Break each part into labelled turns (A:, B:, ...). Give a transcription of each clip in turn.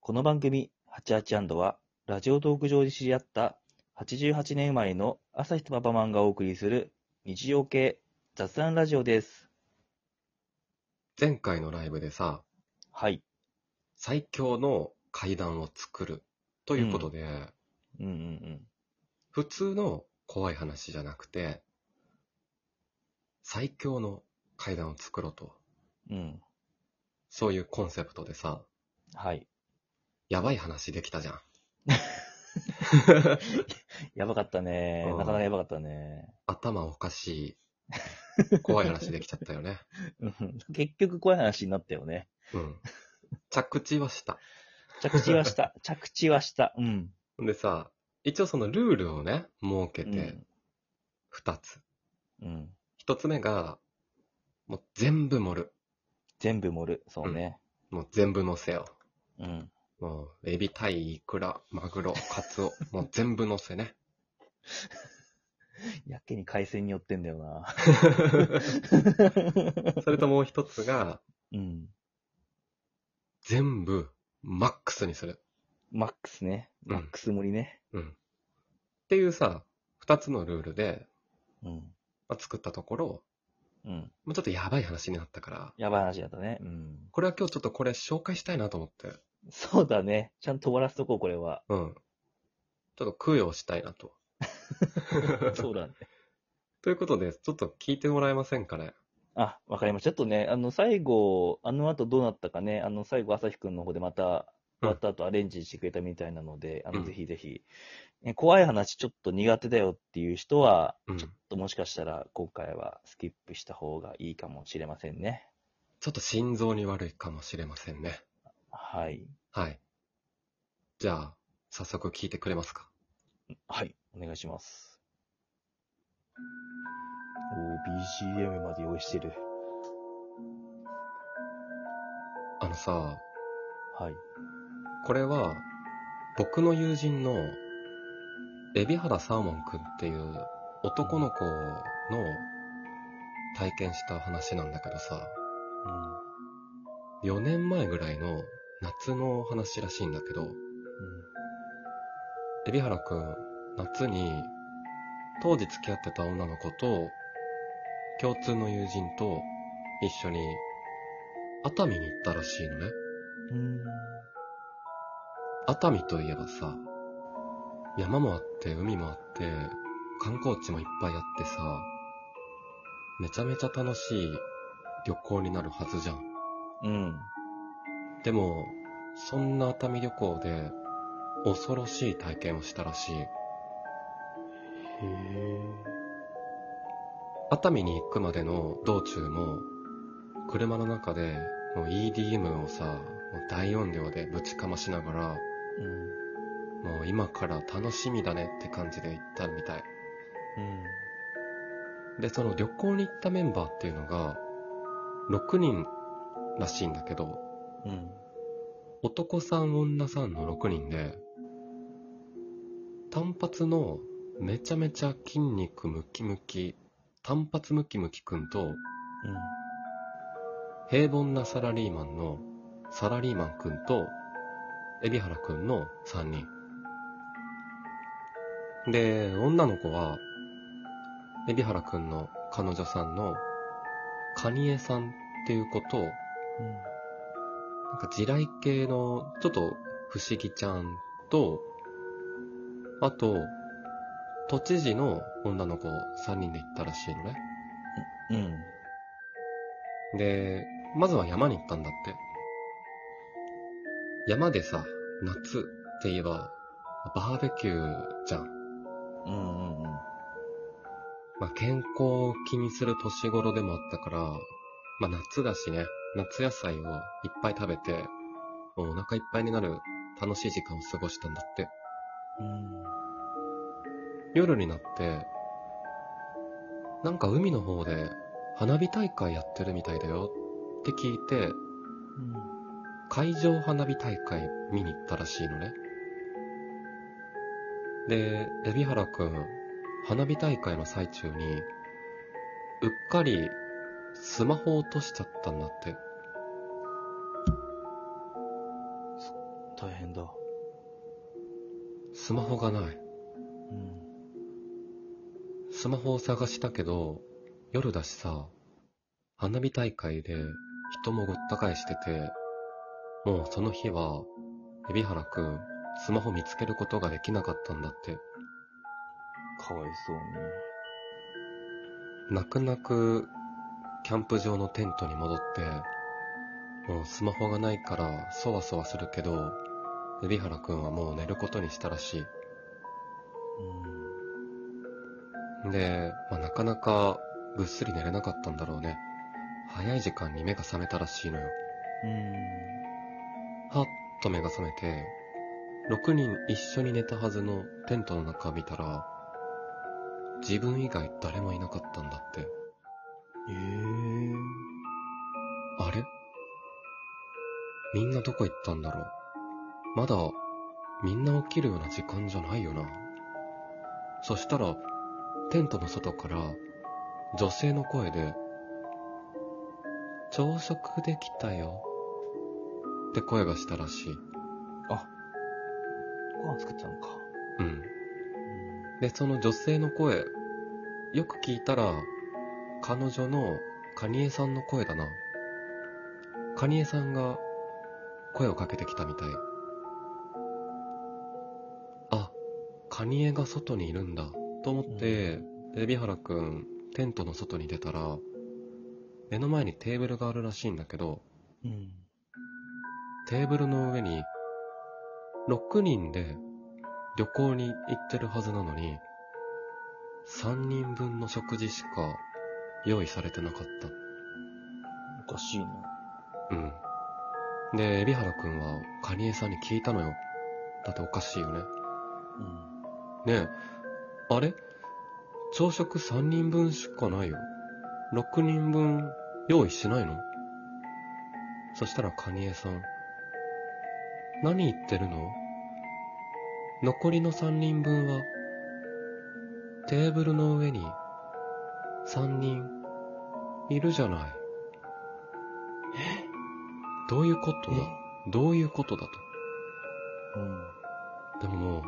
A: この番組、ハチハチ&は、ラジオトーク上で知り合った、88年生まれの朝日とパパマンがお送りする、日常系雑談ラジオです。
B: 前回のライブでさ、
A: はい。
B: 最強の階段を作るということで、
A: うんうんうん。
B: 普通の怖い話じゃなくて、最強の階段を作ろうと、
A: うん。
B: そういうコンセプトでさ、
A: はい。
B: やばい話できたじゃん。
A: やばかったね。
B: うん
A: なかなかやばかったね。
B: 頭おかしい、怖い話できちゃった よね。
A: うん結局怖い話になったよね。
B: うん。着地はした。
A: 着地は した。着地はした。うん。
B: でさ、一応そのルールをね、設け
A: う
B: て
A: ん、
B: 二つ。
A: うん。
B: 一つ目が、もう全部盛る。
A: 全部盛る。そうね。
B: もう全部乗せよう。
A: うん。
B: もう、エビ、タイ、イクラ、マグロ、カツ オ、もう全部乗せね。
A: やけに海鮮に寄ってんだよ な。
B: それともう一つが、
A: うん。
B: 全部、マックスにする。
A: マックスね。
B: うん
A: マックス盛りね。
B: うん。っていうさ、二つのルールで、
A: うん。
B: まあ作ったところ、
A: うん。
B: もうちょっとやばい話になったから、
A: やばい話だったね。うん。
B: これは今日ちょっとこれ紹介したいなと思って、
A: そうだね。ちゃんと終わらすとこう、これ は。
B: うん。ちょっと供養したいなと。
A: そうだね。
B: ということで、ちょっと聞いてもらえませんかね。
A: あ、わかりました。ちょっとね、あの、最後、あの後どうなったかね、あの、最後、朝日くんの方でまた、終わった後アレンジしてくれたみたいなので、あ
B: う
A: の、
B: ん
A: ぜひぜひ、ね怖い話ちょっと苦手だよっていう人は、
B: うん。
A: ちょっ
B: ち
A: ともしかしたら今回はスキップした方がいいかもしれませんね。
B: ょっと心臓に悪いかもしれませんね。
A: はい。
B: はい。じゃあ、早速聞いてくれますか。
A: はい、お願いします。おー BGM まで用意してる。
B: あのさ、
A: はい。
B: これは、僕の友人の、エビ原サーモンくんっていう男の子の体験した話なんだけどさ、4年前ぐらいの夏の話らしいんだけど、エビ原くん、夏に、当時付き合ってた女の子と、共通の友人と一緒に、熱海に行ったらしいのね。
A: うん。うん。うん。
B: 熱海といえばさ、山もあって、海もあって、観光地もいっぱいあってさ、めちゃめちゃ楽しい旅行になるはずじゃん。
A: うん。
B: でも、そんな熱海旅行で、恐ろしい体験をしたらしい。
A: へえ。
B: 熱海に行くまでの道中も、車の中で、もう EDM をさ、もう大音量でぶちかましながら、もう今から楽しみだねって感じで行ったみたい。で、その旅行に行ったメンバーっていうのが、6人らしいんだけど、
A: うん。うん。
B: 男さん、女さんの6人で、単発のめちゃめちゃ筋肉ムキムキ、単発ムキムキくんと、
A: うん。
B: 平凡なサラリーマンのサラリーマンくんと、海老原くんの3人。で、女の子は、海老原くんの彼女さんの、カニエさんっていう子と、なんか地雷系の、ちょっと不思議ちゃんと、あと、都知事の女の子3人で行ったらしいのね。
A: うん。うん。
B: で、まずは山に行ったんだって。山でさ、夏って言えば、バーベキューじゃん。
A: うん。うん。
B: まあ、健康を気にする年頃でもあったから、まあ、夏だしね、夏野菜をいっぱい食べて、もうお腹いっぱいになる楽しい時間を過ごしたんだって。
A: うん。
B: 夜になって、なんか海の方で花火大会やってるみたいだよって聞いて、海上花火大会見に行ったらしいのね。で、海老原くん、花火大会の最中に、うっかりスマホを落としちゃったんだって。
A: 大変
B: スマホがない。
A: うん。
B: スマホを探したけど、夜だしさ、花火大会で人もごった返してて、もうその日は、海老原くん、スマホ見つけることができなかったんだって。
A: かわいそうに。
B: 泣く泣く、キャンプ場のテントに戻って、もうスマホがないから、そわそわするけど、海老原くんはもう寝ることにしたらしい。で、まあ、なかなかぐっすり寝れなかったんだろうね。早い時間に目が覚めたらしいのよ。
A: うん。
B: はっと目が覚めて、6人一緒に寝たはずのテントの中を見たら、自分以外誰もいなかったんだって。
A: うん。ええ
B: あれみんなどこ行ったんだろうまだ、みんな起きるような時間じゃないよな。そしたら、テントの外から、女性の声で、朝食できたよ。って声がしたらしい。
A: ご飯作ってたのか。
B: うん。で、その女性の声、よく聞いたら、彼女のカニエさんの声だな。カニエさんが声をかけてきたみたい。あ、カニエが外にいるんだ。と思って、エビハラくん、テントの外に出たら、目の前にテーブルがあるらしいんだけど、
A: うん。うん。
B: テーブルの上に、6人で旅行に行ってるはずなのに、3人分の食事しか用意されてなかっ
A: おかしいな。
B: た。うん。で、海老原くんはカニエさんに聞いたのよ。だっておかしいよね。
A: うん。
B: ねえ、あれ朝食3人分しかないよ。6人分用意しないのそしたらカニエさん。何言ってるの残りの3人分は、テーブルの上に3人いるじゃない。どういうことだどういうことだと。
A: うん。
B: でもも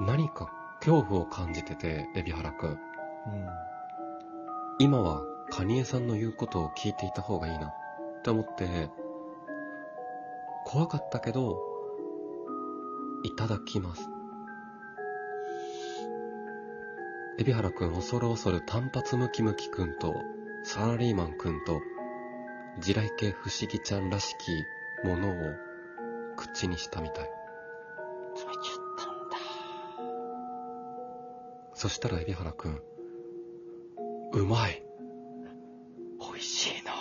B: う、何か恐怖を感じてて、海老原くん。
A: うん。
B: 今は、カニエさんの言うことを聞いていた方がいいな、って思って、怖かったけど、いただきます。海老原くん恐る恐る単発ムキムキくんと、サラリーマンくんと、地雷系不思議ちゃんらしきものを口にしたみたい。
A: 食べちゃったんだ。
B: そしたら海老原くん、うまい
A: 美味しいの。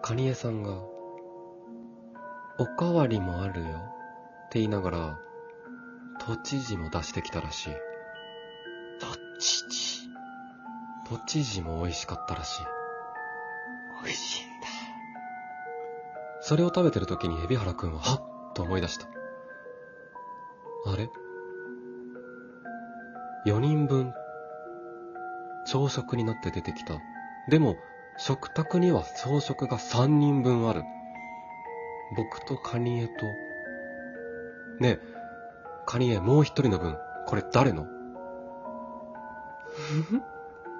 B: カニエさんが、おかわりもあるよって言いながら、都知事も出してきたらしい。
A: どっちち。
B: 都知事も美味しかったらしい。
A: 美味しいんだ。
B: それを食べてる時に海老原くんは、はっと思い出した。あれ ?4 人分、朝食になって出てきた。でも、食卓には朝食が3人分ある。僕とカニエと。ねえ、カニエもう1人の分、これ誰の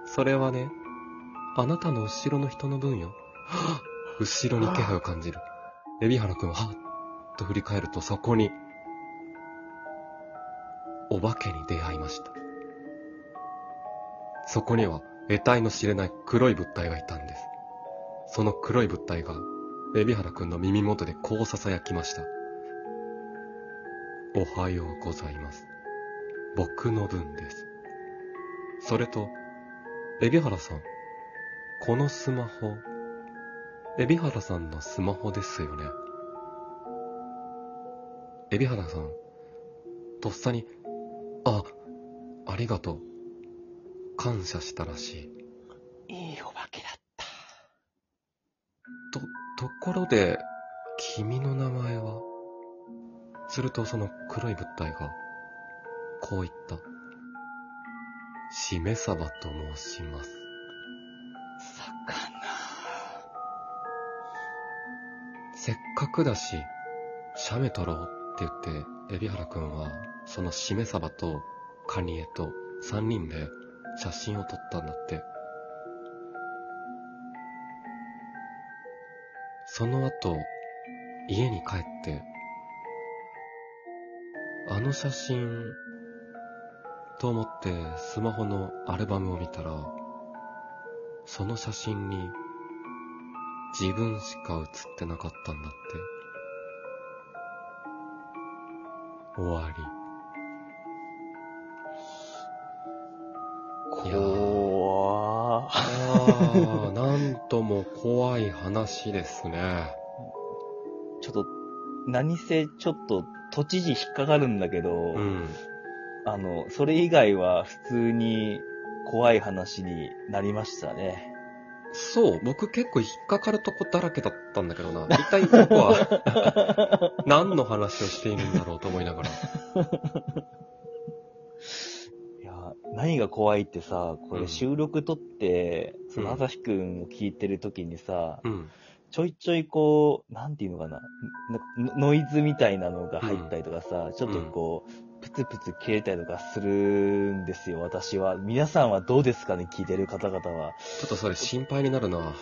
B: それはね、あなたの後ろの人の分よ。後ろに気配を感じる。エビハラくんは、はっと振り返るとそこに、お化けに出会いました。そこには、得体の知れない黒い物体がいたんです。その黒い物体が、エビハラくんの耳元でこう囁きました。おはようございます。僕の分です。それと、エビハラさん、このスマホ、海老原さんのスマホですよね。海老原さん、とっさに、あ、ありがとう。感謝したらしい。
A: いいお化けだった。
B: と、ところで、君の名前はするとその黒い物体が、こう言った。しめさばと申します。
A: 魚。
B: せっかくだし、写メ撮ろうって言って、海老原くんは、そのしめ鯖とカニエと3人で写真を撮ったんだって。その後、家に帰って、あの写真、と思ってスマホのアルバムを見たら、その写真に自分しか写ってなかったんだって。終わり。いやー
A: 怖ー。
B: あ あ、なんとも怖い話ですね。
A: ちょっと、何せちょっと都知事引っかかるんだけど、
B: うん。
A: あの、それ以外は普通に怖い話になりましたね。
B: そう、僕結構引っかかるとこだらけだったんだけどな。一体ここは 何の話をしているんだろうと思いながら。
A: いや、何が怖いってさ、こ
B: う
A: れ
B: ん
A: 収録撮って、その
B: うん
A: 朝日くんを聞いてる時にさ、
B: うん。
A: ちょいちょいこう、なんていうのかな、なノイズみたいなのが入ったりとかさ、ちょっとこう、プツプツ切れたりとかするんですよ、私は。皆さんはどうですかね、聞いてる方々は。
B: ちょっとそれ心配になるな。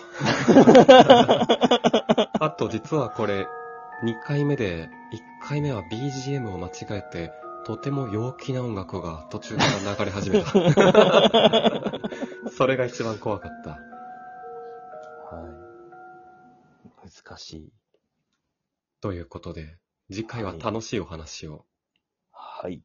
B: あと実はこれ、2回目で、1回目は BGM を間違えて、とても陽気な音楽が途中から流れ始めた。それが一番怖かった。
A: はい。難しい。
B: ということで、次回は楽しいお話を。
A: はい。